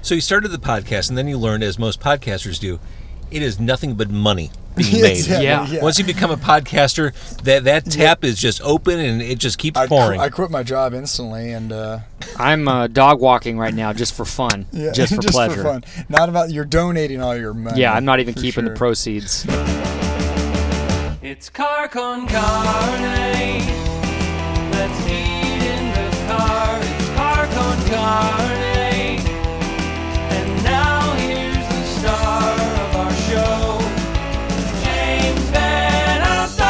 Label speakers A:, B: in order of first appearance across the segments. A: So you started the podcast, and then you learned, as most podcasters do, it is nothing but money being
B: Yeah,
A: made.
B: exactly,
C: Yeah.
B: yeah.
A: Once you become a podcaster, that that tap is just open and it just keeps
B: I, qu-
A: pouring.
B: I quit my job instantly, and uh,
C: I'm uh, dog walking right now just for fun,
B: yeah,
C: just for pleasure.
B: fun. Not about you're donating all your money.
C: Yeah, I'm not even
B: for
C: keeping
B: sure.
C: the proceeds.
D: It's car con carne. Let's eat in the car. It's car con carne. And now here's the star of our show, James Van Alstad.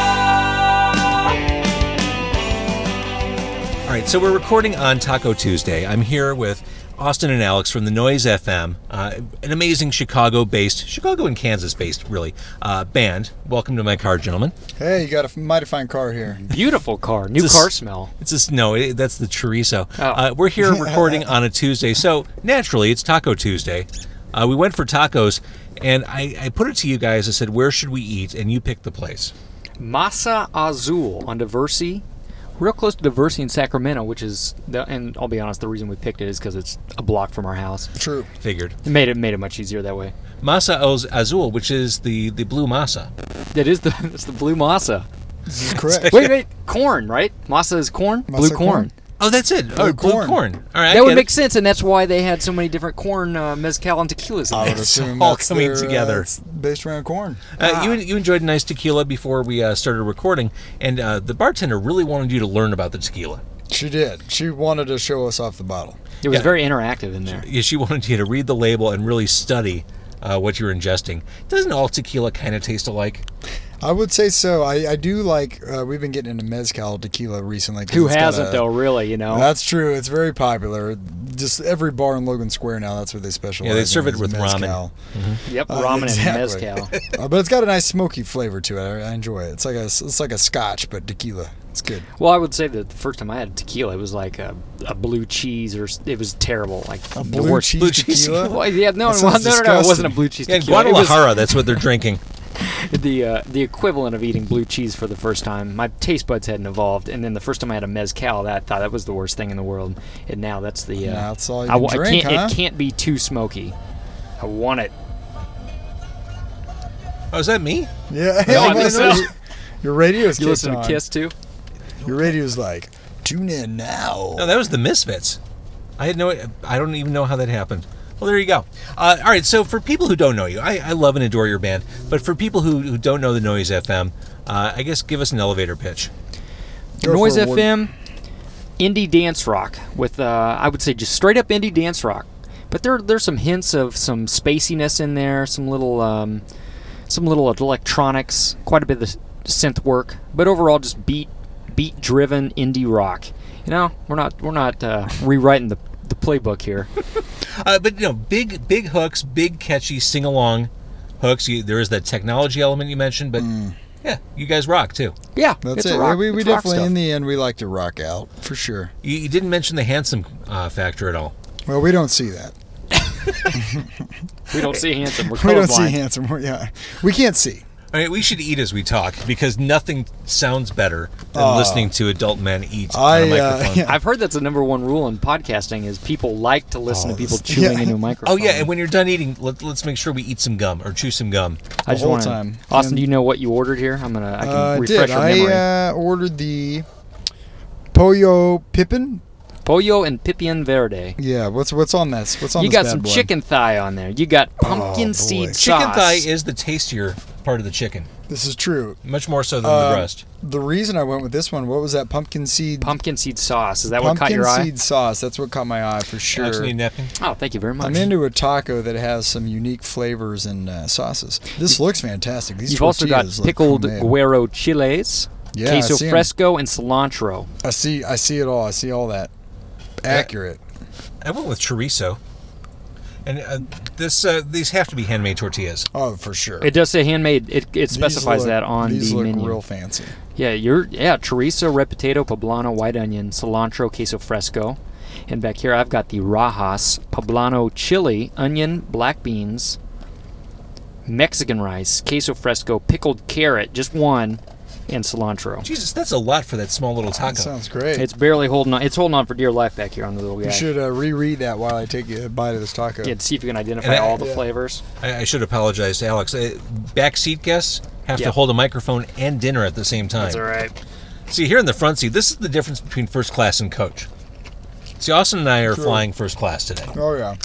A: All right, so we're recording on Taco Tuesday. I'm here with Austin and Alex from the Noise FM, uh, an amazing Chicago-based, Chicago and Kansas-based, really, uh, band. Welcome to my car, gentlemen.
B: Hey, you got a f- mighty fine car here.
C: Beautiful car, new
A: This-
C: car smell.
A: It's just no, it, that's the chorizo.
C: Oh.
A: Uh, we're here recording on a Tuesday, so naturally it's Taco Tuesday. Uh, we went for tacos, and I, I put it to you guys. I said, "Where should we eat?" And you picked the place.
C: Masa Azul on Diversi, real close to Diversi in Sacramento, which is the, and I'll be honest, the reason we picked it is because it's a block from our house.
B: True.
A: Figured
C: It made it made it much easier that way.
A: masa Oz- azul, which is the the blue masa.
C: That is the it's the blue masa.
B: This is correct.
C: Wait, wait, corn, right? Masa is corn, blue
B: Masa
C: corn.
B: corn.
A: Oh, that's it. oh, blue corn.
B: corn.
A: All right, I
C: That would
A: get
C: make
A: it.
C: sense, and that's why they had so many different corn uh, mezcal and tequilas.
B: I
C: In
B: would
C: there.
A: It's
B: assume
A: all
B: that's
A: coming
B: their, uh,
A: together.
B: it's based around corn.
A: Uh, you, you enjoyed a nice tequila before we uh, started recording, and uh, the bartender really wanted you to learn about the tequila.
B: She did. She wanted to show us off the bottle.
C: It was
A: Yeah.
C: very interactive in there.
A: Yeah, she wanted you to read the label and really study uh, what you were ingesting. Doesn't all tequila kind of taste alike?
B: I would say so. I, I do like. Uh, we've been getting into mezcal tequila recently. 'cause
C: Who
B: it's got
C: hasn't
B: a-
C: though? Really, you know.
B: That's true. It's very popular. Just every bar in Logan Square now. That's what they specialize.
A: Yeah, they serve it
B: in, is
A: with ramen.
B: mezcal.
C: yep,
B: Uh,
C: ramen
B: exactly.
C: and mezcal.
B: Uh, but it's got a nice smoky flavor to it. I, I enjoy it. It's like a it's like a Scotch, but tequila. It's good.
C: Well, I would say that the first time I had tequila, it was like a, a blue cheese, or s- it was terrible. Like
B: A
C: the
B: blue
C: worst-
B: cheese
A: blue cheese
B: tequila.
C: Well, yeah, no,
B: That
C: no, no,
B: sounds
C: no, no, it wasn't a
B: disgusting.
C: blue cheese
A: Yeah, in
C: tequila. It was
A: Guadalajara, that's what they're drinking.
C: the uh, the equivalent of eating blue cheese for the first time. My taste buds hadn't evolved, and then the first time I had a mezcal, that I thought that was the worst thing in the world. And now that's the. Uh,
B: Now that's all you
C: I
B: can
C: wa- I
B: drink,
C: can't,
B: huh?
C: It can't be too smoky. I want it.
A: Oh, is that me?
B: Yeah.
C: No, I
B: Hey,
C: think
B: listen,
C: so.
B: Your radio's
C: You
B: kicked
C: listen to
B: on.
C: Kiss too?
B: Your radio's like, tune in now.
A: No, that was the Misfits. I had no. I don't even know how that happened. Well, there you go. Uh, all right. So for people who don't know you, I, I love and adore your band. But for people who, who don't know the Noise FM, uh, I guess give us an elevator pitch.
B: Go
C: Noise
B: for a walk.
C: FM, indie dance rock with uh, I would say just straight up indie dance rock, but there there's some hints of some spaciness in there, some little um, some little electronics, quite a bit of s- synth work, but overall just beat beat driven indie rock. You know, we're not we're not uh, rewriting the the playbook here.
A: Uh, but you know, big big hooks, big catchy sing along hooks. You, there is that technology element you mentioned, but yeah, you guys rock too.
C: Yeah,
B: That's
C: it's
B: it.
C: Rock,
B: we we
C: it's rock
B: definitely,
C: stuff.
B: in the end, we like to rock out for sure.
A: You, you didn't mention the handsome uh, factor at all.
B: Well, we don't see that.
C: we don't see handsome. We're
B: We don't see
C: colorblind.
B: handsome. We're- Yeah, we can't see.
A: All right, we should eat as we talk because nothing sounds better than listening to adult men eat on a
B: Ah. I, uh,
A: microphone.
B: yeah.
C: I've heard that's the number one rule in podcasting is people like to listen to people
B: Oh, yeah.
C: chewing into a microphone.
A: Oh yeah, and when you're done eating, let, let's make sure we eat some gum or chew some gum.
C: I
B: the
C: just
B: whole
C: want
B: time.
C: to. Austin,
B: And-
C: do you know what you ordered here? I'm gonna. I can
B: Uh,
C: refresh
B: did
C: your memory.
B: I uh, ordered the pollo pippin?
C: Pollo and pipian verde.
B: Yeah. What's what's on this? What's on
C: You
B: this
C: got
B: bad
C: some
B: boy? Oh,
C: chicken thigh on there. You got pumpkin
B: boy.
C: seed sauce.
A: Chicken thigh is the tastier part of the chicken,
B: This is true.
A: much more so than
B: Um,
A: the breast.
B: The reason I went with this one, what was that pumpkin seed?
C: pumpkin seed sauce. Is that what
B: pumpkin
C: caught your
B: seed sauce. That's what caught my eye for sure.
A: Actually, need a napkin.
C: eye? Oh, thank you very much.
B: I'm into a taco that has some unique flavors and uh, sauces. This looks fantastic. These
C: You've also got
B: tortillas look
C: pickled
B: homemade.
C: guero chiles,
B: Yeah, I
C: queso
B: see 'em.
C: fresco, and cilantro.
B: I see. I see it all. I see all that. Accurate.
A: I went with chorizo, and uh, this uh, these have to be handmade tortillas.
B: Oh, for sure.
C: It does say handmade. It, it
B: These
C: specifies
B: look-
C: that on
B: these
C: the
B: look
C: menu.
B: real fancy.
C: Yeah, you're yeah, chorizo, red potato, poblano, white onion, cilantro, queso fresco. And back here I've got the rajas, poblano chili, onion, black beans, Mexican rice, queso fresco, pickled carrot, just one, and cilantro.
A: Jesus, that's a lot for that small little taco.
B: That sounds great.
C: It's barely holding on. It's holding on for dear life back here on the little guy.
B: you should uh, reread that while I take you a bite of this taco.
C: Yeah, to see if you can identify
A: And I-
C: all the
B: yeah.
C: flavors.
A: I, I should apologize to Alex. Uh, backseat guests have
C: Yeah.
A: to hold a microphone and dinner at the same time.
C: That's all right.
A: See, here in the front seat, this is the difference between first class and coach. See, Austin and I are
B: True.
A: flying first class today.
B: Oh yeah.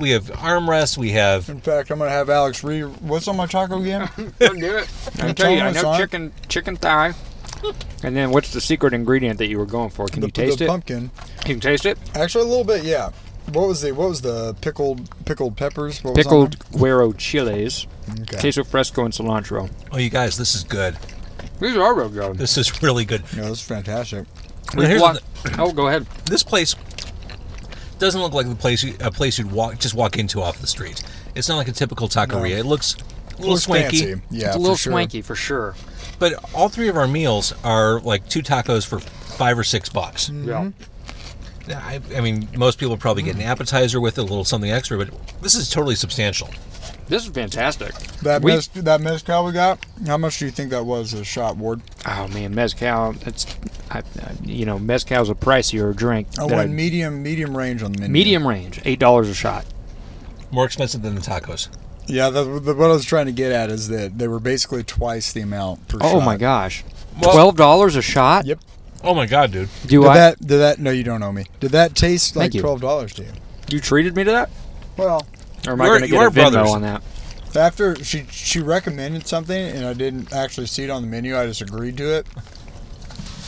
A: We have armrests. We have
B: In fact, I'm gonna have Alex re. What's on my taco again?
C: Don't do it. I tell
B: telling
C: you, I
B: you,
C: know
B: son.
C: chicken chicken thigh. And then what's the secret ingredient that you were going for? Can
B: the,
C: you taste
B: the
C: it?
B: pumpkin.
C: Can you taste it?
B: Actually, a little bit. Yeah. What was the what was the pickled pickled peppers? What was on
C: Pickled guero chiles,
B: them? Okay.
C: queso fresco, and cilantro.
A: oh, you guys, this is good.
C: These are real good.
A: This is really good.
B: Yeah, that's fantastic.
A: Now, here's
C: Walk-
A: the-
C: oh, go ahead.
A: this place doesn't look like the place you, a place you'd walk just walk into off the street. It's not like a typical taqueria. It looks a little
B: Looks
A: swanky,
B: fancy. Yeah,
C: it's a little
B: for sure.
C: swanky for sure.
A: but all three of our meals are like two tacos for five or six bucks.
B: Mm. Mm-hmm.
C: Yeah.
A: I, I mean, most people probably
B: Mm.
A: get an appetizer with it, a little something extra, but this is totally substantial.
C: This is fantastic.
B: That
C: We-
B: mez, that mezcal we got. How much do you think that was a shot, Ward?
C: Oh man, mezcal. It's I, I, you know mezcal's a pricier drink.
B: I
C: that
B: went
C: I-
B: Oh, medium medium range on the menu.
C: medium range, eight dollars a shot.
A: More expensive than the tacos.
B: Yeah, the, the, what I was trying to get at is that they were basically twice the amount per
C: Oh
B: shot.
C: my gosh,
A: Well-
C: twelve dollars a shot.
B: Yep.
A: Oh my god, dude!
C: Do
B: Did
C: I?
B: that did that? No, you don't owe me. Did that taste like
C: Thank you.
B: twelve dollars to you?
C: you treated me to that,
B: Well,
C: or am I
A: You're-
C: going to get
A: you're
C: a Venmo
A: brothers.
C: on that?
B: after she she recommended something and I didn't actually see it on the menu, I just agreed to it.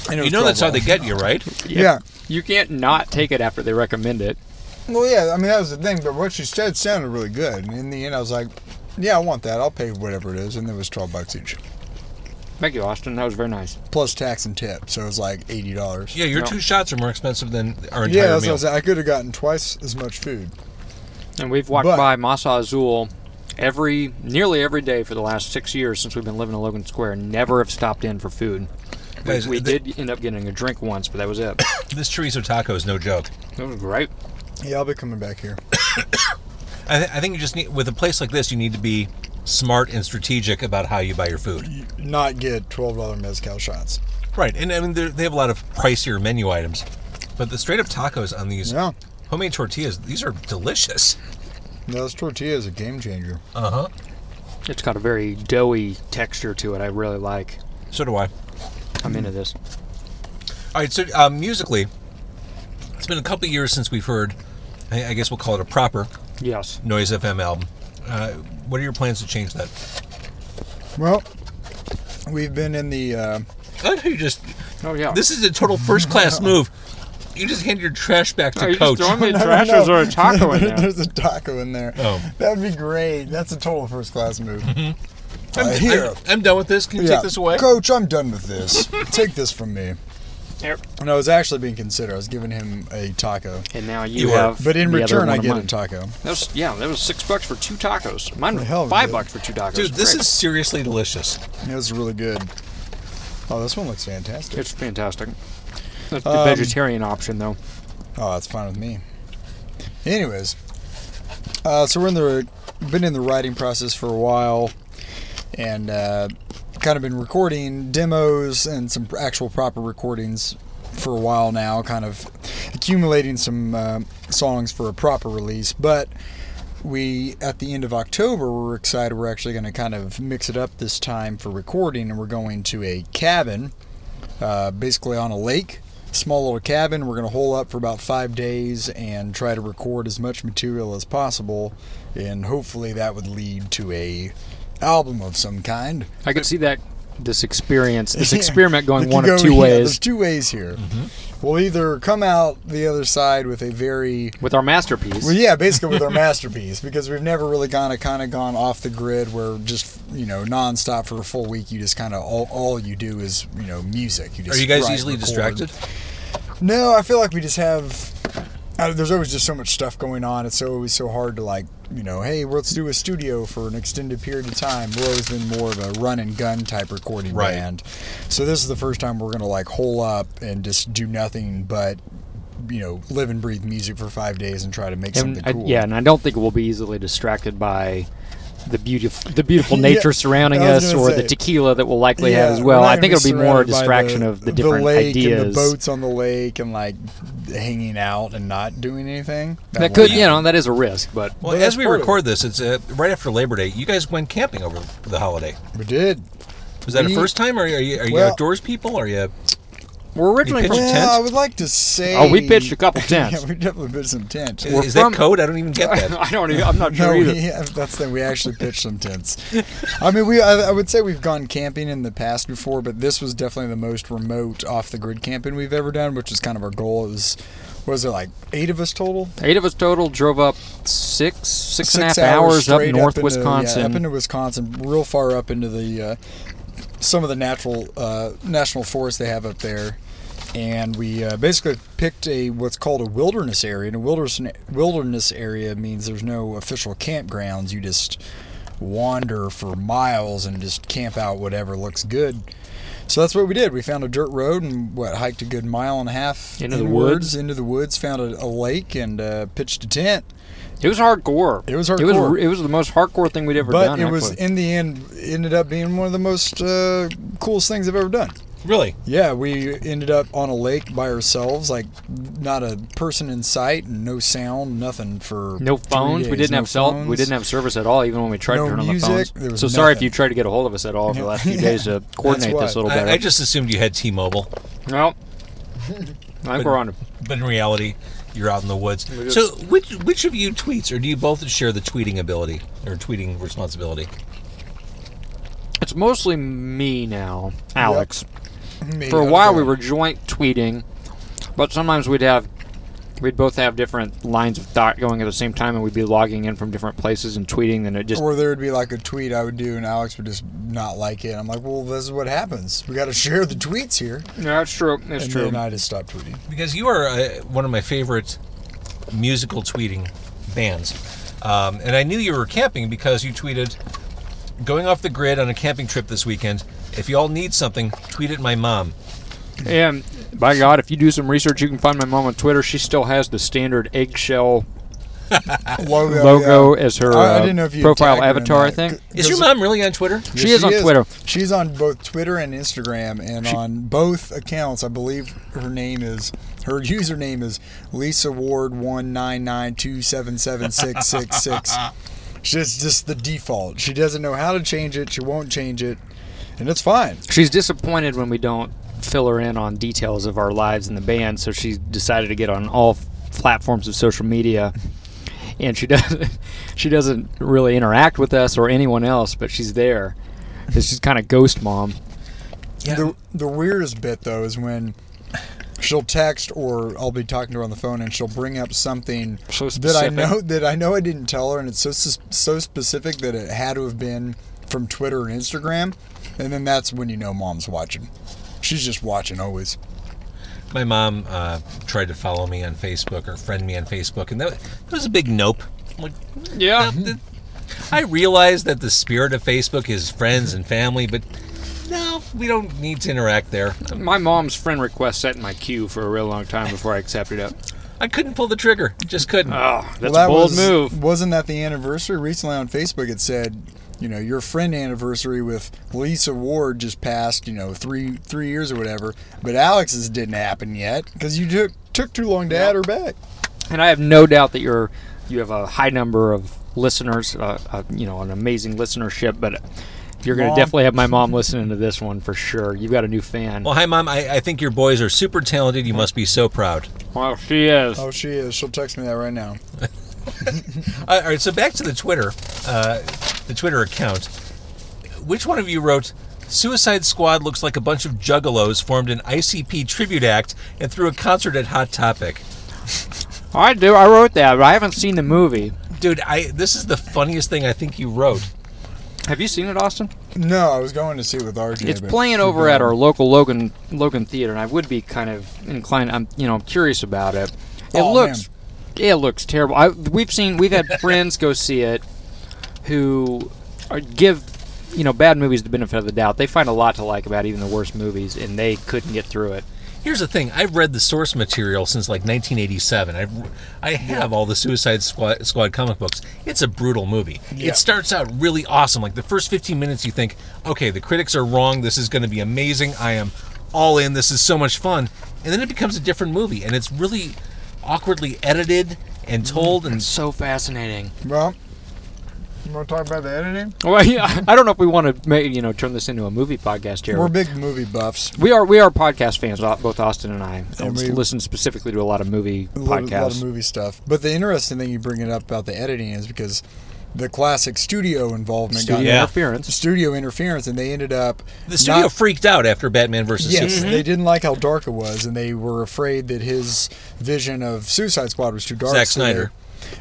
B: And it
A: You
B: was
A: know that's how
B: $12.
A: they get you, right?
B: Yeah.
C: You can't not take it after they recommend it.
B: Well, yeah. I mean, that was the thing. But what she said sounded really good. And in the end, I was like, "Yeah, I want that. I'll pay whatever it is." And it was twelve bucks each,
C: Thank you, Austin. That was very nice.
B: plus tax and tip. So it was like eighty dollars.
A: Yeah, your
C: No.
A: two shots are more expensive than our entire
B: Yeah, that's what I
A: meal.
B: was I could have gotten twice as much food.
C: And we've walked
B: But-
C: by Masa Azul every, nearly every day for the last six years since we've been living in Logan Square. and Never have stopped in for food. We,
A: Guys,
C: we
A: th-
C: did end up getting a drink once, but that was it.
A: This chorizo taco is no joke.
C: That was great.
B: Yeah, I'll be coming back here.
A: I, th- I think you just need with a place like this, you need to be smart and strategic about how you buy your food.
B: Not get twelve dollar mezcal shots.
A: Right, and I mean they're- they have a lot of pricier menu items, but the straight up tacos on these
B: Yeah.
A: homemade tortillas, these are delicious.
B: Those tortillas a game changer.
A: Uh huh.
C: It's got a very doughy texture to it. I really like.
A: So do I. All
C: I'm into this.
A: right. So um, musically, it's been a couple of years since we've heard. I, I guess we'll call it a proper
C: Yes.
A: Noise FM album. Uh, what are your plans to change that?
B: Well, we've been in the uh,
A: I like how you just.
C: Oh yeah.
A: This is a total first class move. You just hand your trash back to
C: Are you
A: coach.
C: just throwing me trash or is there a taco in there?
B: There's a taco in there.
A: Oh.
B: That'd be great. That's a total first class move.
A: I'm,
B: Uh, here.
A: I'm, I'm done with this. Can you
B: Yeah.
A: take this away?
B: Coach, I'm done with this. Take this from me.
C: Here.
B: And I was actually being considerate. I was giving him a taco.
C: And now you,
A: You are-
C: have.
B: But in
C: the other
B: return,
C: one
B: I
C: of
B: get
C: mine.
B: a taco.
C: That was, yeah, that was six bucks for two tacos. Mine was
B: Hell,
C: five
B: dude.
C: bucks for two tacos.
A: Dude, this
C: Great.
A: is seriously delicious.
B: It was really good. Oh, this one looks fantastic.
C: It's fantastic. That's the
B: Um,
C: vegetarian option, though.
B: Oh, that's fine with me. Anyways, uh, so we're in the been in the writing process for a while, and uh, kind of been recording demos and some actual proper recordings for a while now. Kind of accumulating some uh, songs for a proper release, but we at the end of October we're excited. We're actually going to kind of mix it up this time for recording, and we're going to a cabin uh, basically on a lake, small little cabin. We're going to hole up for about five days and try to record as much material as possible, and hopefully that would lead to a album of some kind.
C: I could see that this experience, this experiment
B: It
C: going
B: could
C: one
B: go-
C: of two
B: yeah,
C: ways Mm-hmm.
B: there's two ways here. We'll either come out the other side with a very
C: with our masterpiece.
B: well, yeah, basically with our masterpiece because we've never really gone kind of gone off the grid where just you know nonstop for a full week you just kind of all, all you do is you know music. You
A: Are
B: just
A: you guys
B: write,
A: easily
B: record.
A: distracted?
B: No, I feel like we just have. Uh, there's always just so much stuff going on. It's so- always so hard to like, you know, hey, let's do a studio for an extended period of time. We've always been more of a run and gun type recording
A: Right.
B: band. So this is the first time we're gonna like hole up and just do nothing but, you know, live and breathe music for five days and try to make
C: and
B: something
C: I,
B: cool.
C: yeah, and I don't think we'll be easily distracted by the beautiful the beautiful nature
B: Yeah,
C: surrounding
B: I was
C: us,
B: gonna
C: or
B: say.
C: the tequila that we'll likely have as
B: Yeah,
C: well.
B: we're not
C: I
B: gonna
C: think it'll be more a
B: surrounded by
C: distraction of the different
B: lake
C: ideas.
B: and the boats on the lake and like hanging out and not doing anything.
C: That
B: won't
C: could,
B: happen.
C: you know, that is a risk, but
A: Well,
B: that's
A: as we
B: part of
A: record this, it's uh, right after Labor Day. You guys went camping over the holiday.
B: We did.
A: Was that
B: We-
A: a first time, or are you, are you
B: Well-
A: outdoors people? Are you?
C: we're originally
A: pitched
C: from.
A: a
B: Well,
A: tent?
B: I would like to say.
C: Oh, we pitched a couple
B: yeah,
C: tents.
B: we definitely pitched some tents.
A: Is,
C: We're
A: is
C: from-
A: that code? I don't even get that.
C: I don't. Even, I'm not
B: No,
C: sure either.
B: we, that's the we actually pitched some tents. I mean, we I, I would say we've gone camping in the past before, but this was definitely the most remote off the grid camping we've ever done, which is kind of our goal. It was was it like eight of us total?
C: Eight of us total drove up six six and a half hours,
B: straight
C: up north
B: into-
C: Wisconsin.
B: yeah, up into Wisconsin, real far up into the uh, some of the natural uh, national forest they have up there. And we uh, basically picked a what's called a wilderness area. And a wilderness wilderness area means there's no official campgrounds. You just wander for miles and just camp out whatever looks good. So that's what we did. We found a dirt road and what hiked a good mile and a half
C: Into the
B: inwards,
C: woods.
B: into the woods. Found a, a lake and uh, pitched a tent.
C: it was hardcore.
B: It was
C: It was,
B: hardcore.
C: re- it was the most hardcore thing we'd ever
B: but
C: done.
B: it was
C: actually.
B: in the end ended up being one of the most uh, coolest things I've ever done.
A: Really?
B: Yeah, we ended up on a lake by ourselves, like not a person in sight, and no sound, nothing for
C: no
B: three
C: phones. we
B: days.
C: didn't
B: No
C: have cell. We
B: phones.
C: didn't have service at all, even when we tried
B: No
C: to turn on
B: music.
C: the
B: There was
C: phones. So sorry if
B: nothing.
C: you tried to get a hold of us at all for the last few
B: Yeah.
C: days to coordinate
B: why.
C: this a little better.
A: I, I just assumed you had T-Mobile,
C: well, I think we're on.
A: but in reality, you're out in the woods.
C: just-
A: So, which which of you tweets, or do you both share the tweeting ability or tweeting responsibility?
C: It's mostly me now, Alex.
B: Me,
C: For a
B: okay.
C: while, we were joint tweeting, but sometimes we'd have we'd both have different lines of thought going at the same time, and we'd be logging in from different places and tweeting, and it just
B: Or there would be like a tweet I would do, and Alex would just not like it. I'm like, well, this is what happens. We got to share the tweets here.
C: Yeah, that's true. That's
B: and
C: true.
B: then I just stopped tweeting.
A: because you are uh, one of my favorite musical tweeting bands. Um, and I knew you were camping because you tweeted, going off the grid on a camping trip this weekend. If you all need something, tweet at my mom.
C: And by God, if you do some research, you can find my mom on Twitter. She still has the standard eggshell
B: Logo.
C: logo
B: Oh, yeah.
C: as her
B: I- I
C: uh,
B: didn't know if you
C: profile
B: tagged her in
C: avatar. I
B: that.
C: think
A: Is your
B: Because-
A: mom really on Twitter?
C: She is on Twitter.
B: She's on both Twitter and Instagram, and on both accounts, I believe her name is her username is Lisa Ward one nine nine two seven seven six six six. She's just the default. She doesn't know how to change it. She won't change it, and it's fine.
C: she's disappointed when we don't fill her in on details of our lives in the band, so she's decided to get on all f- platforms of social media. And she doesn't she doesn't really interact with us or anyone else, but she's there. She's kind of ghost mom.
A: Yeah.
B: The the weirdest bit though is when she'll text or I'll be talking to her on the phone and she'll bring up something
C: So
B: that I
C: specific.
B: know that I know I didn't tell her and it's so sus- so specific that it had to have been from Twitter and Instagram and then that's when you know mom's watching. She's just watching always.
A: My mom uh, tried to follow me on Facebook or friend me on Facebook, and that, that was a big nope. I'm like,
C: Yeah.
A: "Nope, that- I realize that the spirit of Facebook is friends and family, but no, we don't need to interact there.
C: My mom's friend request sat in my queue for a real long time before I accepted it.
A: I couldn't pull the trigger, just couldn't.
C: Oh, that's
B: Well,
C: a bold
B: was,
C: move.
B: Wasn't that the anniversary recently on Facebook? It said, you know, your friend anniversary with Lisa Ward just passed, you know, three three years or whatever. But Alex's didn't happen yet because you took took too long to add her back.
C: And I have no doubt that you're you have a high number of listeners, uh, uh, you know, an amazing listenership, but you're going to
B: Mom.
C: definitely have my mom listening to this one for sure. You've got a new fan.
A: Well, hi, Mom. I, I think your boys are super talented. You must be so proud.
C: Well, she is.
B: Oh, she is. She'll text me that right now.
A: Uh, all right, so back to the Twitter, uh, the Twitter account. Which one of you wrote, Suicide Squad looks like a bunch of juggalos formed an ICP tribute act and threw a concert at Hot Topic?
C: I do. I wrote that, but I haven't seen the movie.
A: Dude, I this is the funniest thing I think you wrote.
C: Have you seen it, Austin?
B: No, I was going to see it with RJ.
C: it's
B: but
C: playing
B: too
C: over
B: bad.
C: at our local Logan Logan Theater, and I would be kind of inclined. I'm you know I'm curious about it. It
B: Aw,
C: looks it looks terrible. I, we've seen we've had friends go see it who are, give
B: Mm.
C: you know bad movies the benefit of the doubt. They find a lot to like about even the worst movies, and they couldn't get through it.
A: Here's the thing: I've read the source material since like 1987. I've, I have all the Suicide Squad, Squad comic books. It's a brutal movie.
B: Yeah.
A: It starts out really awesome. Like the first 15 minutes, you think, okay, the critics are wrong. This is going to be amazing. I am all in. This is so much fun. And then it becomes a different movie, and it's really awkwardly edited and told. And
C: So fascinating.
B: Well, you want to talk about the editing?
C: Well, yeah, I don't know if we want to, make, you know, turn this into a movie podcast, Jared.
B: We're big movie buffs.
C: We are we are podcast fans, au- both Austin and I. And
B: And
C: we
B: we-
C: listen specifically to a lot of movie
B: A lot, of, a lot
C: podcasts.
B: of movie stuff. But the interesting thing you bring it up about the editing is because the classic studio involvement
C: Studio
B: got
A: Yeah.
C: interference.
B: studio interference, and they ended up
A: the studio
B: not-
A: freaked out after Batman versus
B: Yes,
A: Superman.
B: they didn't like how dark it was, and they were afraid that his vision of Suicide Squad was too dark.
A: Zack
B: so they-
A: Snyder.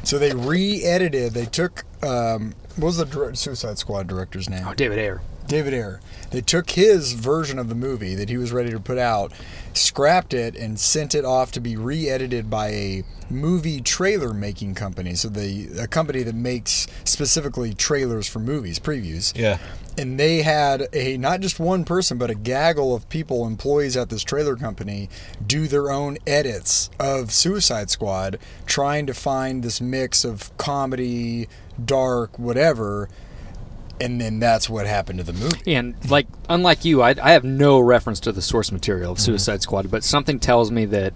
B: so they re-edited. They took um, what was the dir- Suicide Squad director's name?
C: Oh, David Ayer.
B: David Ayer. They took his version of the movie that he was ready to put out, scrapped it, and sent it off to be re-edited by a movie trailer making company. So the a company that makes specifically trailers for movies, previews
A: Yeah.
B: and they had a not just one person but a gaggle of people employees at this trailer company do their own edits of suicide squad trying to find this mix of comedy dark whatever and then that's what happened to the movie
C: And like, unlike you, I, I have no reference to the source material of Suicide Squad, but something tells me that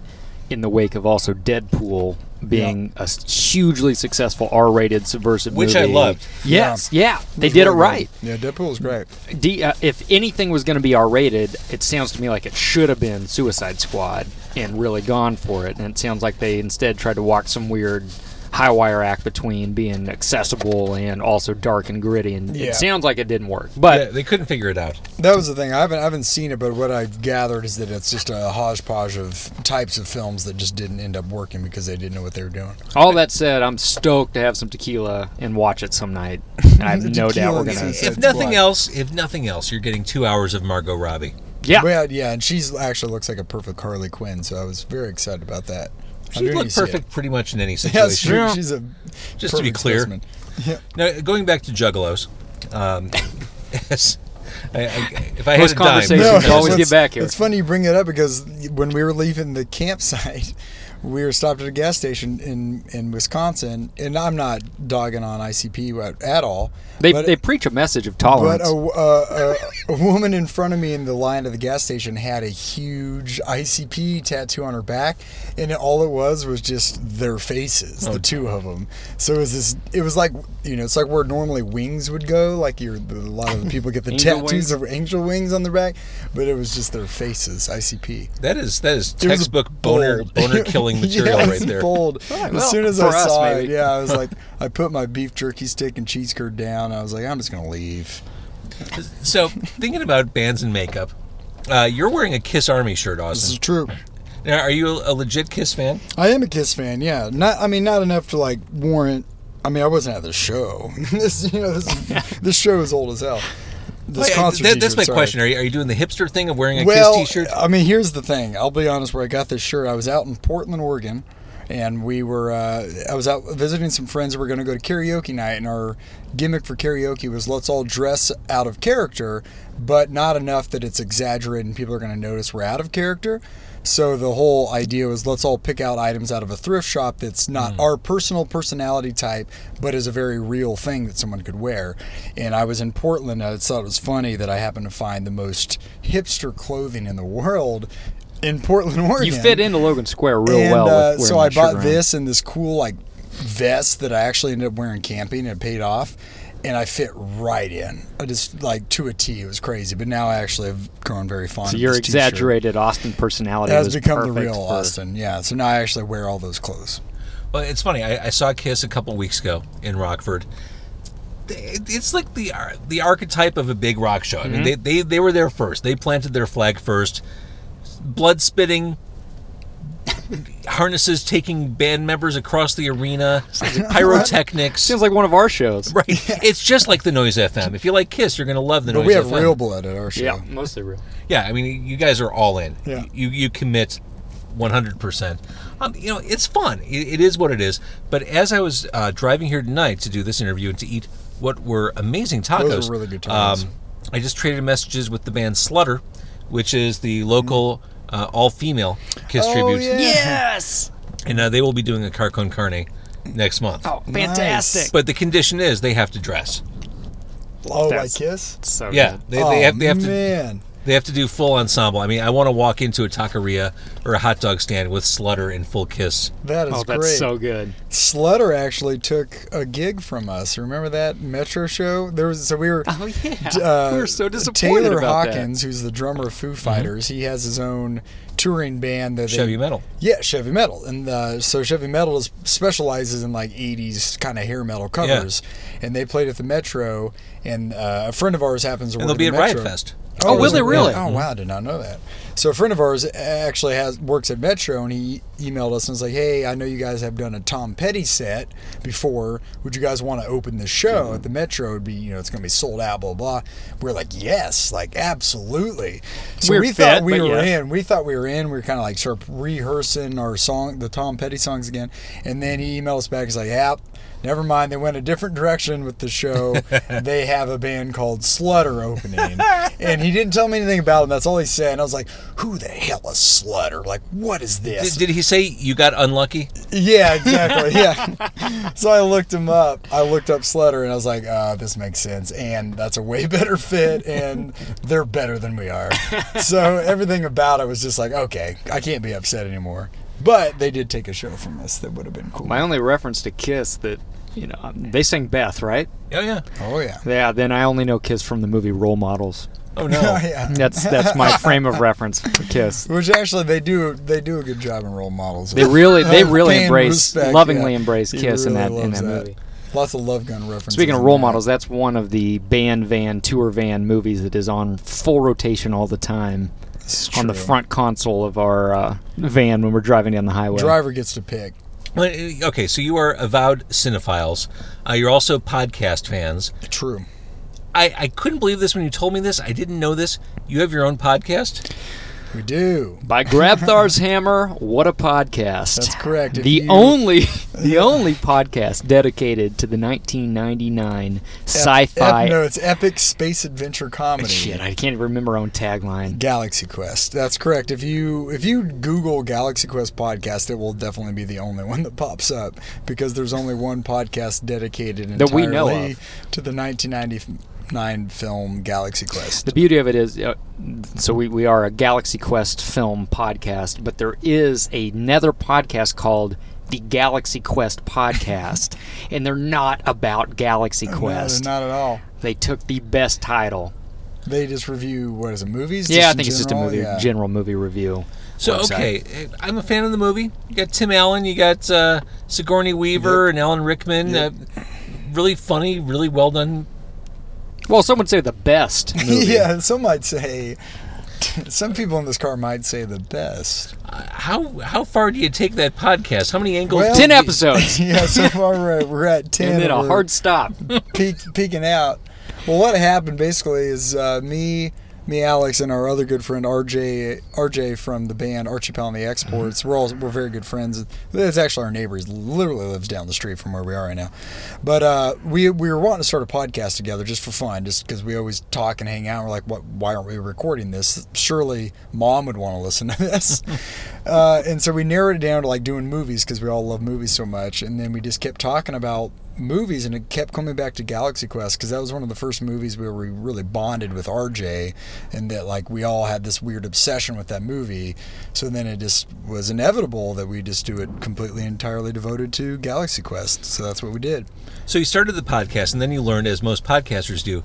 C: in the wake of also Deadpool being a s- hugely successful R-rated subversive
A: Which I
C: movie,
A: loved.
C: Yes, yeah, they
B: was
C: did it
B: really
C: right.
B: good. yeah deadpool was great
C: D, uh, if anything was going to be R-rated, it sounds to me like it should have been Suicide Squad and really gone for it. And it sounds like they instead tried to walk some weird high wire act between being accessible and also dark and gritty. And
B: Yeah.
C: it sounds like it didn't work. But
A: yeah, they couldn't figure it out.
B: that was the thing i haven't, I haven't seen it but what i've gathered is that it's just a hodgepodge of types of films that just didn't end up working because they didn't know what they were doing
C: all that said, I'm stoked to have some tequila and watch it some night. I have no doubt
B: Tequila
C: we're
B: and
C: gonna.
B: Suicide
A: If nothing
B: Squad.
A: else, if nothing else, you're getting two hours of Margot Robbie.
C: Yeah,
B: Well, yeah, and she's actually looks like a perfect Harley Quinn, so I was very excited about that. I
A: She'd
B: do need
A: look
B: to see it.
A: perfect pretty much in any
B: Yeah, that's
A: situation.
B: true. She's a
A: Just to be
B: perfect
A: clear.
B: specimen. Yeah.
A: Now, going back to Juggalos, um, yes, I, I, if I had
C: Those
A: a dime,
C: conversations No,
A: yes.
C: always get back here.
B: It's funny you bring that up because when we were leaving the campsite, we were stopped at a gas station in in Wisconsin, and I'm not dogging on ICP at, at all.
C: they,
B: but-
C: they preach a message of tolerance.
B: But uh, a, a, a, a woman in front of me in the line at the gas station had a huge ICP tattoo on her back, and it- all it was was just their faces,
A: Oh.
B: the two of them. So it was this. It was like you know, it's like where normally wings would go. Like you're, a lot of the people get the
C: Angel
B: tattoos of angel wings on their back, but it was just their faces. ICP.
A: that is that is
B: It was
A: textbook boner
B: bold.
A: boner killing material
B: yeah,
A: right
B: it's
A: there.
B: Bold.
C: well,
B: as soon as
C: for
B: I
C: us,
B: saw it,
C: maybe.
B: yeah, I was like, I put my beef jerky stick and cheese curd down. I was like, I'm just gonna leave.
A: So thinking about bands and makeup, uh, you're wearing a Kiss Army shirt,
B: This is
A: Austin.
B: true.
A: Now, are you a legit Kiss fan?
B: I am a Kiss fan, yeah. Not, I mean, not enough to like warrant. I mean, I wasn't at the show. this, you know, this, this show is old as hell. This
A: Wait,
B: concert.
A: that- that's
B: t-shirt,
A: my
B: sorry.
A: question. Are you, are you doing the hipster thing of wearing a
B: well,
A: Kiss T-shirt?
B: I mean, here's the thing. I'll be honest. Where I got this shirt, I was out in Portland, Oregon, and we were. Uh, I was out visiting some friends. who were going to go to karaoke night, and our gimmick for karaoke was let's all dress out of character, but not enough that it's exaggerated and people are going to notice we're out of character. So the whole idea was let's all pick out items out of a thrift shop that's not
C: Mm.
B: our personal personality type, but is a very real thing that someone could wear. And I was in Portland. I just thought it was funny that I happened to find the most hipster clothing in the world in Portland, Oregon.
C: you fit into Logan Square real
B: and, Uh,
C: well. with wearing
B: so I
C: that shirt
B: bought
C: around.
B: this and this cool like vest that I actually ended up wearing camping. and It paid off. And I fit right in. I just like to a T. It was crazy. But now I actually have grown very fond
C: So
B: of
C: your
B: this t-shirt.
C: exaggerated Austin personality
B: It has
C: was
B: become the
C: perfect
B: real
C: for-
B: Austin. Yeah. So now I actually wear all those clothes.
A: Well, it's funny. I, I saw Kiss a couple weeks ago in Rockford. They- It's like the ar- the archetype of a big rock show. I mean,
B: Mm-hmm.
A: they, they they were there first. They planted their flag first. Blood spitting, harnesses taking band members across the arena, pyrotechnics.
C: Seems like one of our shows.
A: right. It's just like the Noise FM. If you like Kiss, you're gonna love the
B: But
A: Noise
B: we have
A: FM.
B: real blood at our show.
C: Yeah, mostly real.
A: Yeah, I mean, you guys are all in.
B: Yeah.
A: You you commit 100%. Um, you know, it's fun. It, it is what it is. But as I was uh, driving here tonight to do this interview and to eat what were amazing tacos,
B: Those were really good tacos.
A: Um, I just traded messages with the band Slutter, which is the local uh, all female Kiss
B: Oh,
A: tribute,
B: yeah.
C: Yes.
A: and uh, they will be doing a Carcon Carne next month.
C: Oh, fantastic.
A: But the condition is they have to dress.
B: Oh, I
C: That's-
B: kiss.
C: So
A: Yeah,
C: good.
A: they,
B: Oh,
A: they have they have to
B: man.
A: They have to do full ensemble. I mean, I want to walk into a taqueria or a hot dog stand with Slutter and Full Kiss.
B: That is
C: Oh, that's
B: great.
C: so good.
B: Slutter actually took a gig from us. Remember that Metro show? There was so we were.
C: Oh yeah.
B: uh,
C: we were so disappointed
B: Taylor
C: about Mm-hmm.
B: Hawkins, who's the drummer of Foo Fighters, he has his own touring band that they-
A: Chevy Metal.
B: yeah, Chevy Metal, and uh, so Chevy Metal is, specializes in like '80s kind of hair metal covers, and they played at the Metro, and uh, a friend of ours happens to
A: And
B: work
A: they'll be
B: at
A: at
B: the Metro.
A: Riot Fest.
C: Oh, will
B: is
C: they
B: it
C: really?
B: Oh, wow, I did not know that. So a friend of ours actually has works at Metro, and he emailed us and was like, "Hey, I know you guys have done a Tom Petty set before. Would you guys want to open the show at the Metro? It'd be, you know, it's going to be sold out, blah blah." We're like, "Yes, like absolutely." So
C: Weird
B: we thought
C: fit,
B: we
C: but
B: were
C: yeah.
B: in. We thought we were in. We were kind of like sort of rehearsing our song, the Tom Petty songs again, and then he emailed us back. He's like, "Yep." Never mind, they went a different direction with the show. they have a band called Slutter opening. and he didn't tell me anything about them. That's all he said. And I was like, who the hell is Slutter? Like, what is
A: Did,
B: this?
A: did he say you got unlucky?
B: yeah, exactly. Yeah. so I looked him up. I looked up Slutter and I was like, uh, this makes sense. And that's a way better fit. And they're better than we are. so everything about it was just like, okay, I can't be upset anymore. But they did take a show from us that would have been cool.
C: that. My only reference to Kiss that you know they sang Beth, right?
A: Oh yeah.
B: oh, yeah.
C: Yeah. Then I only know Kiss from the movie Role Models.
A: Oh
B: Oh,
A: no.
B: yeah.
C: That's that's my frame of reference for Kiss.
B: Which actually they do they do a good job in role models.
C: They really they
B: Uh,
C: really
B: paying
C: embrace
B: respect,
C: lovingly
B: yeah.
C: embrace
B: He
C: Kiss in
B: really
C: that in
B: loves
C: that, movie.
B: Lots of love gun references.
C: Speaking of
B: in
C: role
B: there.
C: models, that's one of the band van tour van movies that is on full rotation all the time
B: This is
C: on the
B: true.
C: front console of our uh, van when we're driving down the highway.
B: driver gets to pick.
A: Well, uh, Okay, so you are avowed cinephiles. Uh, you're also podcast fans.
B: True.
A: I, I couldn't believe this when you told me this. I didn't know this. You have your own podcast.
B: We do.
C: By Grabthar's Hammer, what a podcast!
B: That's correct. If
C: The
B: you-
C: only the only podcast dedicated to the 1999 sci-fi.
B: Ep- no, it's epic space adventure comedy.
C: Shit, I can't even remember our own tagline.
B: Galaxy Quest. That's correct. If you if you Google Galaxy Quest podcast, it will definitely be the only one that pops up because there's only one podcast dedicated
C: That
B: entirely
C: we know
B: to the 1999 film Galaxy Quest.
C: The beauty of it is, uh, so we, we are a Galaxy Quest film podcast, but there is another podcast called the Galaxy Quest podcast, and they're not about Galaxy
B: No, they're
C: Quest.
B: not at all.
C: They took the best title.
B: They just review what is it movies?
C: yeah, I
B: in
C: think it's just a
B: general?
C: movie,
B: Yeah.
C: general movie review.
A: So
C: website.
A: okay, uh, I'm a fan of the movie. You got Tim Allen, you got uh, Sigourney Weaver, and Alan Rickman. Uh, really funny, really well done.
C: Well, some would say the best movie.
B: Yeah, some might say. Some people in this car might say the best.
A: How how far do you take that podcast? How many angles?
B: Well,
C: Ten episodes,
B: Yeah, so far we're, we're at ten.
C: and then a
B: we're
C: hard stop.
B: peek, peeking out. Well, what happened basically is uh, me, me, Alex, and our other good friend RJ, RJ from the band Archipel and the Exports. We're all we're very good friends. It's actually our neighbor. He literally lives down the street from where we are right now. But uh, we we were wanting to start a podcast together just for fun, just because we always talk and hang out. We're like, what? Why aren't we recording this? Surely mom would want to listen to this. uh, and so we narrowed it down to like doing movies because we all love movies so much. And then we just kept talking about movies and it kept coming back to Galaxy Quest because that was one of the first movies where we really bonded with RJ and that like we all had this weird obsession with that movie. So then it just was inevitable that we just do it completely entirely devoted to Galaxy Quest. So that's what we did.
A: So you started the podcast, and then you learned, as most podcasters do,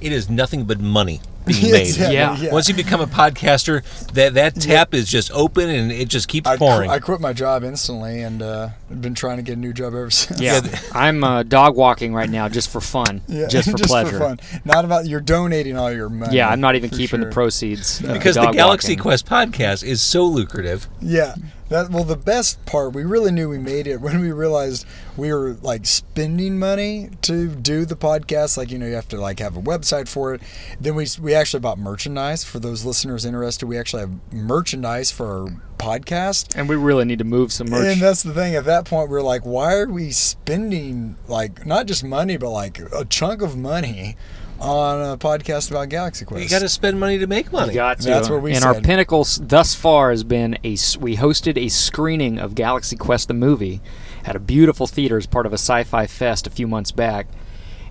A: it is nothing but money being made.
B: Yes, yeah,
C: Yeah.
B: yeah.
A: Once you become a podcaster, that that tap is just open and it just keeps
B: I,
A: pouring.
B: I quit my job instantly and uh, I've been trying to get a new job ever since.
C: Yeah, I'm uh, dog walking right now just for fun,
B: Yeah,
C: just for pleasure.
B: fun. Not about you're donating all your money.
C: Yeah, I'm not even
B: for
C: keeping
B: sure.
C: the proceeds of
A: because the
C: dog
A: Galaxy
C: walking.
A: Quest podcast is so lucrative.
B: Yeah. That well the best part we really knew we made it when we realized we were like spending money to do the podcast like you know you have to like have a website for it. Then we we actually bought merchandise for those listeners interested. We actually have merchandise for our podcast.
C: and we really need to move some merch.
B: And that's the thing. At that point, we are like, why are we spending like not just money, but like a chunk of money on a podcast about Galaxy Quest.
A: You got to spend money to make money.
C: You got to.
B: That's what we
C: and our
B: said.
C: pinnacle s- thus far has been a. s- We hosted a screening of Galaxy Quest the movie at a beautiful theater as part of a sci-fi fest a few months back.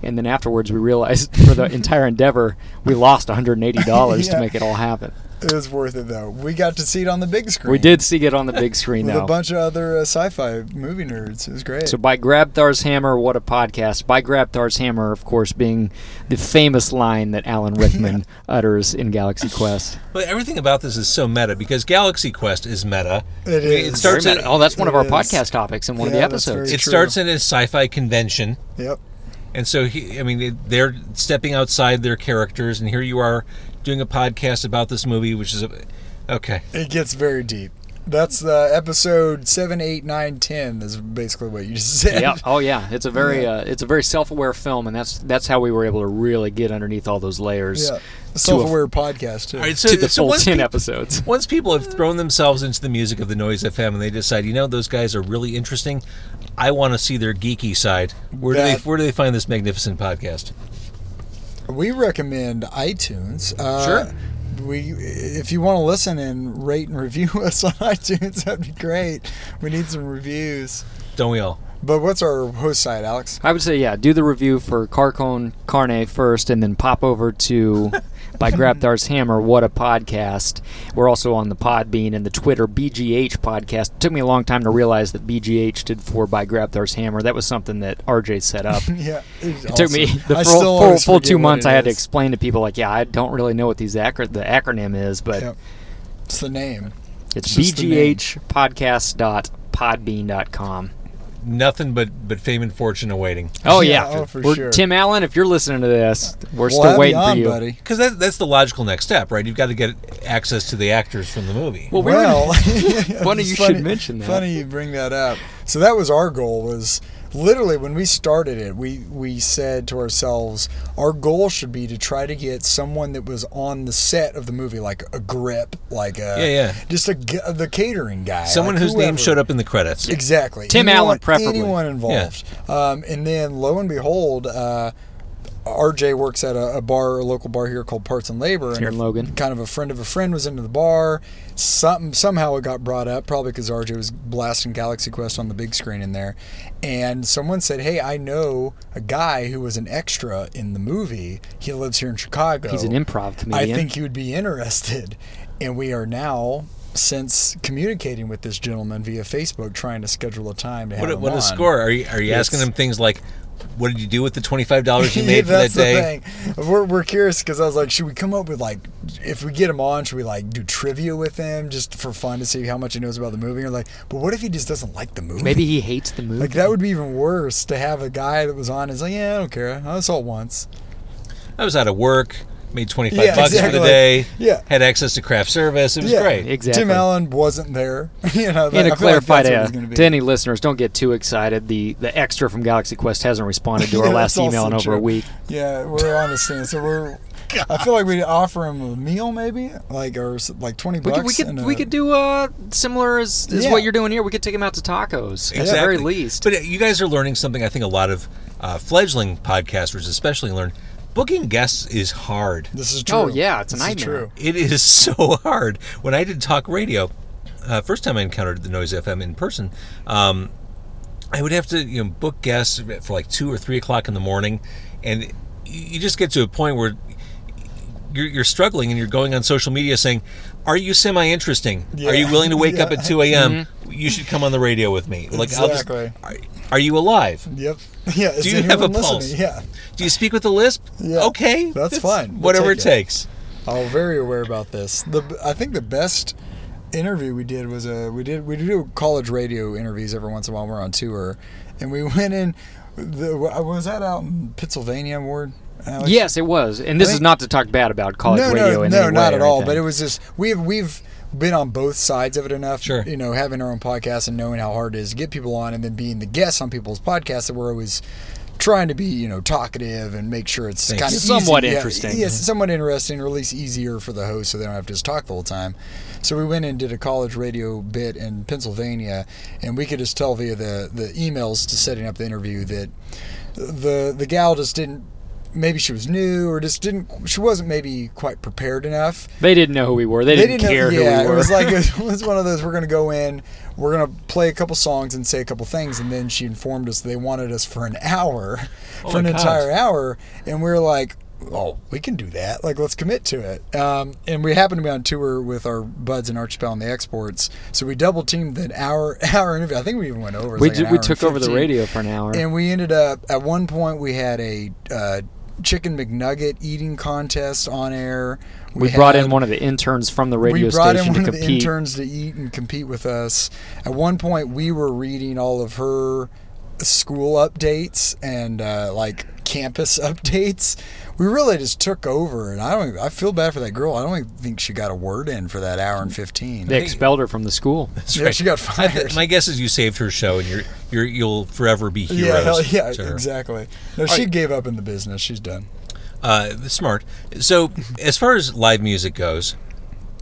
C: And then afterwards, we realized for the entire endeavor, we lost $180
B: Yeah.
C: to make it all happen.
B: It was worth it though. We got to see it on the big screen.
C: We did see it on the big screen,
B: with
C: though.
B: a bunch of other uh, sci-fi movie nerds. It was great.
C: So by Grabthar's Hammer, what a podcast! By Grabthar's Hammer, of course, being the famous line that Alan Rickman utters in Galaxy Quest.
A: But everything about this is so meta because Galaxy Quest is meta. It
B: It is.
A: starts
C: Very
A: at,
C: meta. oh, that's one of our
B: It is.
C: podcast topics in one of the
B: Yeah, that's
C: episodes.
B: very-
A: it
B: true.
A: starts at a sci-fi convention,
B: yep.
A: and so he, I mean they- they're stepping outside their characters, and here you are doing a podcast about this movie, which is a, okay.
B: It gets very deep. That's uh, episode seven, eight, nine, ten. Is basically what you just said.
C: yeah. Oh, yeah. It's a very uh, it's a very self-aware film, and that's that's how we were able to really get underneath all those layers
B: Yeah.
C: a-
B: Self-aware podcast too.
A: All right, so,
C: to the
A: so
C: full
A: once,
C: ten
A: peop-
C: episodes.
A: once people have thrown themselves into the music of the Noise FM and they decide, you know, those guys are really interesting. I want to see their geeky side. Where do
B: That-
A: they Where do they find this magnificent podcast?
B: We recommend iTunes. Uh,
A: Sure.
B: We, if you want to listen and rate and review us on iTunes, that'd be great. We need some reviews.
A: Don't we all?
B: But what's our host site, Alex?
C: I would say, yeah, do the review for Carcone Carne first, and then pop over to by Grabthar's Hammer. What a podcast! We're also on the Podbean and the Twitter BGH podcast. took me a long time to realize that BGH stood for by Grabthar's Hammer. That was something that RJ set up.
B: Yeah.
C: It took me the
B: I
C: full,
B: still
C: full,
B: always
C: full
B: forget
C: two
B: what
C: months.
B: it
C: I had to
B: is.
C: explain to people like, yeah, I don't really know what these acro- the acronym is, but
B: Yep. It's the name.
C: it's
B: just the name.
C: bghpodcast.podbean.com.
A: Nothing but but fame and fortune awaiting.
C: Oh
B: Yeah,
C: yeah,
B: oh, for
C: We're-
B: sure.
C: Tim Allen, if you're listening to this, we're
B: We'll have
C: still waiting for
B: on,
C: you.
B: buddy.
A: Because that, that's the logical next step, right? You've got to get access to the actors from the movie.
C: Well, we
B: well,
C: were,
B: it's
C: Funny you should mention that.
B: Funny you bring that up. So that was our goal was literally when we started it, we we said to ourselves, our goal should be to try to get someone that was on the set of the movie, like a grip, like a
A: Yeah, yeah.
B: just a g- the catering guy,
A: Someone
B: like
A: whose name
B: whoever.
A: showed up in the credits.
B: Exactly.
C: Tim
B: Anyone-
C: Allen, preferably.
B: Anyone involved. Um, and then lo and behold, uh, RJ works at a, a bar, a local bar here called Parts and Labor. And
C: Here in
B: a-
C: Logan.
B: Kind of a friend of a friend was into the bar. Something somehow it got brought up, probably because RJ was blasting Galaxy Quest on the big screen in there. And someone said, "Hey, I know a guy who was an extra in the movie. He lives here in Chicago.
C: He's an improv
B: I
C: comedian.
B: think you would be interested. And we are now, since communicating with this gentleman via Facebook, trying to schedule a time to have
A: What a,
B: him
A: what
B: on.
A: a score! Are you are you asking
B: It's-
A: them things like, "What did you do with the twenty five dollars you made for that
B: That's
A: day?"
B: the thing. We're, we're curious because I was like, should we come up with like, if we get him on, should we like do trivia with him just for fun to see how much he knows about the movie? Or like, but what if he just doesn't like the movie?
C: Maybe he hates the movie.
B: Like that would be even worse to have a guy that was on is like, yeah, I don't care. I saw it once.
A: I was out of work, made twenty five
B: Yeah,
A: bucks for
B: exactly.
A: the day.
B: Yeah.
A: had access to craft service. It was
B: Yeah.
A: great.
C: exactly.
B: Tim Allen wasn't there. you know, that,
C: and
B: I
C: to
B: feel like
C: clarify
B: that's what
C: to,
B: he's gonna be.
C: to any listeners, don't get too excited. The the extra from Galaxy Quest hasn't responded to our
B: Yeah,
C: last
B: that's
C: email in
B: also
C: over a
B: true.
C: week.
B: Yeah, we're on the stand. So we're. I feel like we'd offer him a meal, maybe, like or s- like twenty
C: We
B: bucks.
C: could we could,
B: and
C: we
B: a-
C: could do uh, similar as, as
B: Yeah.
C: what you're doing here. We could take him out to tacos at the very least.
A: But uh, you guys are learning something. I think a lot of uh, fledgling podcasters, especially, learn. Booking guests is hard.
B: This is true.
C: Oh, yeah, it's a
B: This is
C: nightmare.
B: true.
A: It is so hard. When I did talk radio, uh, first time I encountered the Noise FM in person, um, I would have to you know book guests for like two or three o'clock in the morning, and y- you just get to a point where you're, you're struggling and you're going on social media saying, "Are you semi interesting? Are you
B: Yeah.
A: willing to wake up
B: Yeah.
A: at two a.m.? You should come on the radio with me. Like,
B: Exactly.
A: I'll just, are, are you alive?
B: Yep. Yeah. Is
A: Do you have
B: anyone
A: a pulse?
B: listening? Yeah.
A: Do you speak with a lisp?
B: Yeah.
A: okay,
B: That's fine. We'll
A: Whatever
B: take
A: it
B: it.
A: takes.
B: I'm very aware about this. The I think the best interview we did was a we did we do college radio interviews every once in a while. when We're on tour, and we went in. The, was that out in Pennsylvania, Ward? Alex?
C: yes, it was. And this
B: I
C: is
B: think-
C: not to talk bad about college
B: no,
C: radio.
B: No,
C: in
B: no,
C: any way
B: not
C: or
B: at all.
C: anything.
B: But it was just we've we've been on both sides of it enough.
A: Sure.
B: You know, having our own podcast and knowing how hard it is to get people on, and then being the guest on people's podcasts that we're always trying to be, you know, talkative and make sure it's
A: Thanks.
B: kind of
C: Somewhat
B: easy. Yeah,
C: interesting. Mm-hmm.
B: yes, somewhat interesting, or at least easier for the host, so they don't have to just talk the whole time. So we went and did a college radio bit in Pennsylvania, and we could just tell via the the emails to setting up the interview that the the gal just didn't maybe she was new or just didn't she wasn't maybe quite prepared enough
C: They didn't know who we were. They, didn't,
B: know-
C: care
B: yeah,
C: who we were.
B: it was like it was one of those. We're gonna go in, we're gonna play a couple songs and say a couple things, and then she informed us they wanted us for an hour,
A: Oh
B: for an
A: my gosh.
B: entire hour, and we were like, oh, we can do that. Like, let's commit to it. Um, and we happened to be on tour with our buds in Archipel and the Exports, so we double teamed that hour hour interview. I think we even went over. It was
C: we
B: like
C: ju-
B: an
C: we
B: hour and
C: took over the
B: 15.
C: radio for an hour.
B: And we ended up at one point we had a uh, chicken McNugget eating contest on air.
C: we brought
B: had-
C: in one of the interns from the radio
B: we brought in
C: station
B: one
C: to
B: of the
C: compete.
B: interns to eat and compete with us. At one point, we were reading all of her school updates and uh, like campus updates. We really just took over, and I don't. Even, I feel bad for that girl. I don't even think she got a word in for that hour and fifteen.
C: they expelled her from the school.
B: yeah, she got
A: I
B: fired.
A: th- my guess is you saved her show, and you're you're you'll forever be heroes.
B: yeah, hell yeah,
A: to her.
B: exactly. No, she gave up in the business. She's done.
A: Uh, smart. So, as far as live music goes,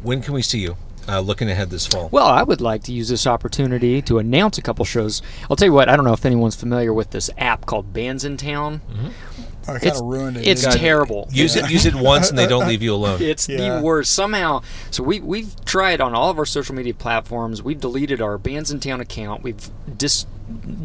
A: when can we see you? Uh, looking ahead this fall.
C: Well, I would like to use this opportunity to announce a couple shows. I'll tell you what. I don't know if anyone's familiar with this app called Bands in Town.
B: I kind
C: It's
B: of ruined it.
C: it's
B: didn't I?
C: terrible.
A: use it use it once, and they don't leave you alone.
C: It's
B: Yeah.
C: the worst. Somehow, so we we've tried on all of our social media platforms. We've deleted our Bands in Town account. We've dis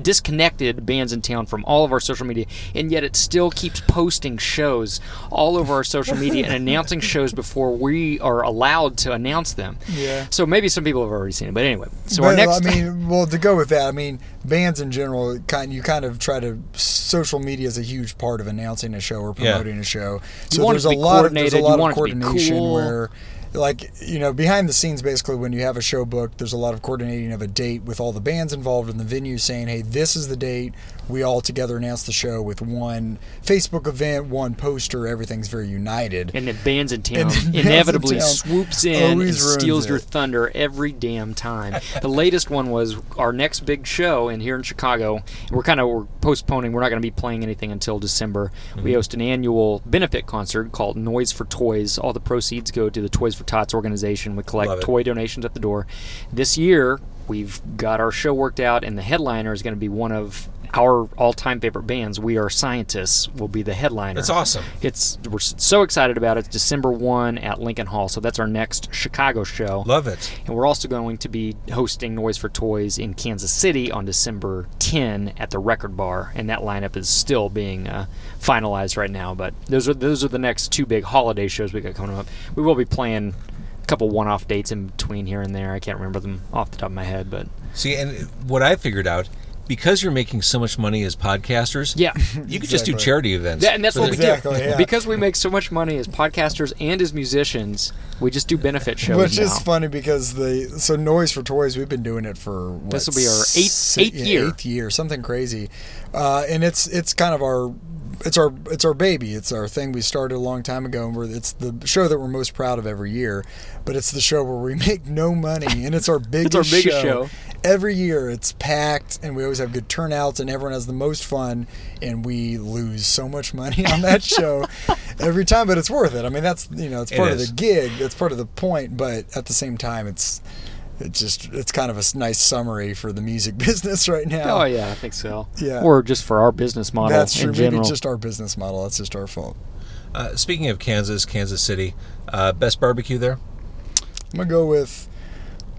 C: disconnected Bands in Town from all of our social media, and yet it still keeps posting shows all over our social media and announcing shows before we are allowed to announce them.
B: Yeah.
C: So maybe some people have already seen it, but anyway. So our
B: But,
C: next.
B: I mean, well, to go with that, I mean, bands in general, kind you kind of try to. Social media is a huge part of announcing a show or
A: Yeah.
B: promoting a show. So
C: want
B: there's
C: it to
B: a
C: be
B: lot of there's a
C: coordinated, you
B: lot of
C: want it to be
B: coordination
C: cool.
B: where. Like you know, behind the scenes, basically, when you have a show booked, there's a lot of coordinating of a date with all the bands involved in the venue, saying, "Hey, this is the date. We all together announce the show with one Facebook event, one poster. Everything's very united."
C: and then Bands in Town
B: And then Bands in
C: inevitably
B: Town
C: swoops in and
B: always ruins
C: steals your
B: it.
C: thunder every damn time. the latest one was our next big show, and here in Chicago, we're kind of we're postponing. We're not going to be playing anything until December.
B: Mm-hmm.
C: We host an annual benefit concert called Noise for Toys. All the proceeds go to the Toys for Tots organization. We collect
A: Love it.
C: toy donations at the door. This year, we've got our show worked out, and the headliner is going to be one of our all-time favorite bands. We are scientists. Will be the headliner.
A: That's awesome.
C: It's we're s- so excited about it. It's December one at Lincoln Hall, so that's our next Chicago show.
A: Love it.
C: And we're also going to be hosting Noise for Toys in Kansas City on December 10 at the Record Bar, and that lineup is still being uh, finalized right now. But those are those are the next two big holiday shows we got coming up. We will be playing a couple one-off dates in between here and there. I can't remember them off the top of my head, but
A: See, and what I figured out because you're making so much money as podcasters,
C: yeah.
A: you could just do
B: Exactly.
A: charity events.
C: That, and that's
A: for
C: what
A: the-
C: we
B: Exactly,
C: do
B: yeah.
C: because we make so much money as podcasters and as musicians. We just do benefit shows.
B: Which is
C: now.
B: funny because the so noise for toys we've been doing it for what,
C: This'll be our eighth-
B: si-
C: eighth
B: yeah,
C: year.
B: eighth year something crazy, uh, and it's it's kind of our it's our it's our baby it's our thing we started a long time ago and we're, it's the show that we're most proud of every year, but it's the show where we make no money and it's our biggest,
C: biggest show.
B: Every year it's packed and we always have good turnouts and everyone has the most fun and we lose so much money on that show every time but it's worth it. I mean that's you know it's
A: It
B: part of
A: is.
B: the gig. That's part of the point, but at the same time, it's it's just it's kind of a s- nice summary for the music business right now.
C: Oh yeah, I think so.
B: Yeah.
C: Or just for our business model
B: that's true.
C: in
B: Maybe
C: general.
B: just our business model. That's just our fault.
A: Uh, speaking of Kansas, Kansas City, uh, best barbecue there.
B: I'm gonna go with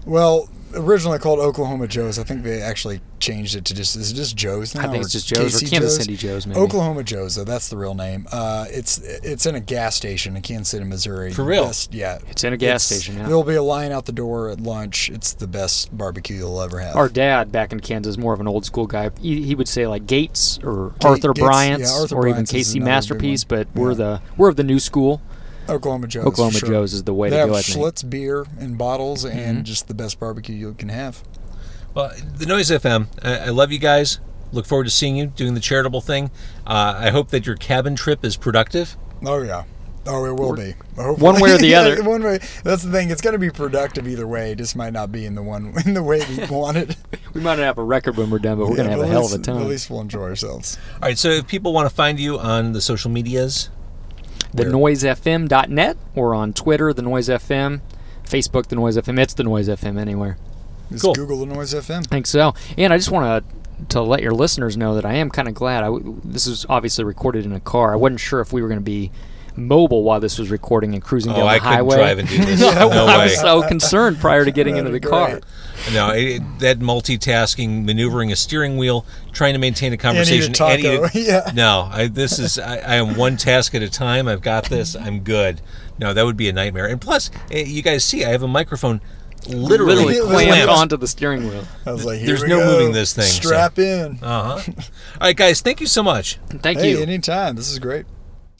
B: well. Originally called Oklahoma Joe's, I think they actually changed it to just is it just Joe's now?
C: I think
B: or
C: it's just Joe's or
B: KC
C: Kansas City Joe's, maybe.
B: Oklahoma Joe's, though that's the real name. Uh, it's it's in a gas station in Kansas City, Missouri.
A: For real?
B: Best- yeah,
C: It's in a gas station, yeah.
B: There'll be a line out the door at lunch. It's the best barbecue you'll ever have.
C: our dad back in Kansas, more of an old school guy. He, he would say like Gates or Arthur
B: Gates, yeah,
C: Bryant's
B: Arthur
C: or
B: Bryant's
C: even
B: is
C: Casey
B: another big
C: Masterpiece,
B: one.
C: but we're
B: Yeah.
C: the we're of the new school.
B: Oklahoma Joe's.
C: Oklahoma
B: for sure.
C: Joe's is the way
B: they
C: to
B: have
C: go, I think. Mm-hmm.
B: Schlitz beer in bottles and just the best barbecue you can have.
A: Well, the Noise FM, I, I love you guys. Look forward to seeing you doing the charitable thing. Uh, I hope that your cabin trip is productive.
B: Oh yeah. Oh, it will be. Hopefully.
C: one way or the
B: Yeah,
C: other.
B: one way. That's the thing. It's going to be productive either way. It just might not be in the one in the way we want it.
C: We might not have a record when we're done, but we're gonna have a hell of a
B: At
C: time.
B: least we'll enjoy ourselves.
A: All right, so if people want to find you on the social medias,
C: The noisefm.net or on Twitter, the Noise FM, Facebook, the Noise FM. It's the Noise FM anywhere.
B: Just
A: Cool.
B: Google the Noise FM.
C: I think so. And I just want to to let your listeners know that I am kind of glad. I w- this is obviously recorded in a car. I wasn't sure if we were going to be mobile while this was recording and cruising
A: Oh,
C: down the
A: I couldn't
C: highway.
A: drive and do this.
C: no, I-
A: No
C: I
A: way.
C: was so concerned prior to getting into the
B: That'd be
C: car.
B: great.
A: No, it, it- that multitasking, maneuvering a steering wheel, trying to maintain a
B: eat a
A: conversation.
B: taco. Yeah.
A: No, I, this is I, I am one task at a time. I've got this. I'm good. No, that would be a nightmare. And plus, eh, you guys see, I have a microphone literally,
C: Literally
B: Literally
C: clamped
A: clamped
C: onto the steering wheel.
B: I was like, here
A: There's
B: we
A: no
B: go.
A: moving this thing, so-
B: Strap in.
A: Uh huh. Uh-huh. All right, guys. Thank you so much.
C: Thank
B: hey,
C: you.
B: anytime. This is great.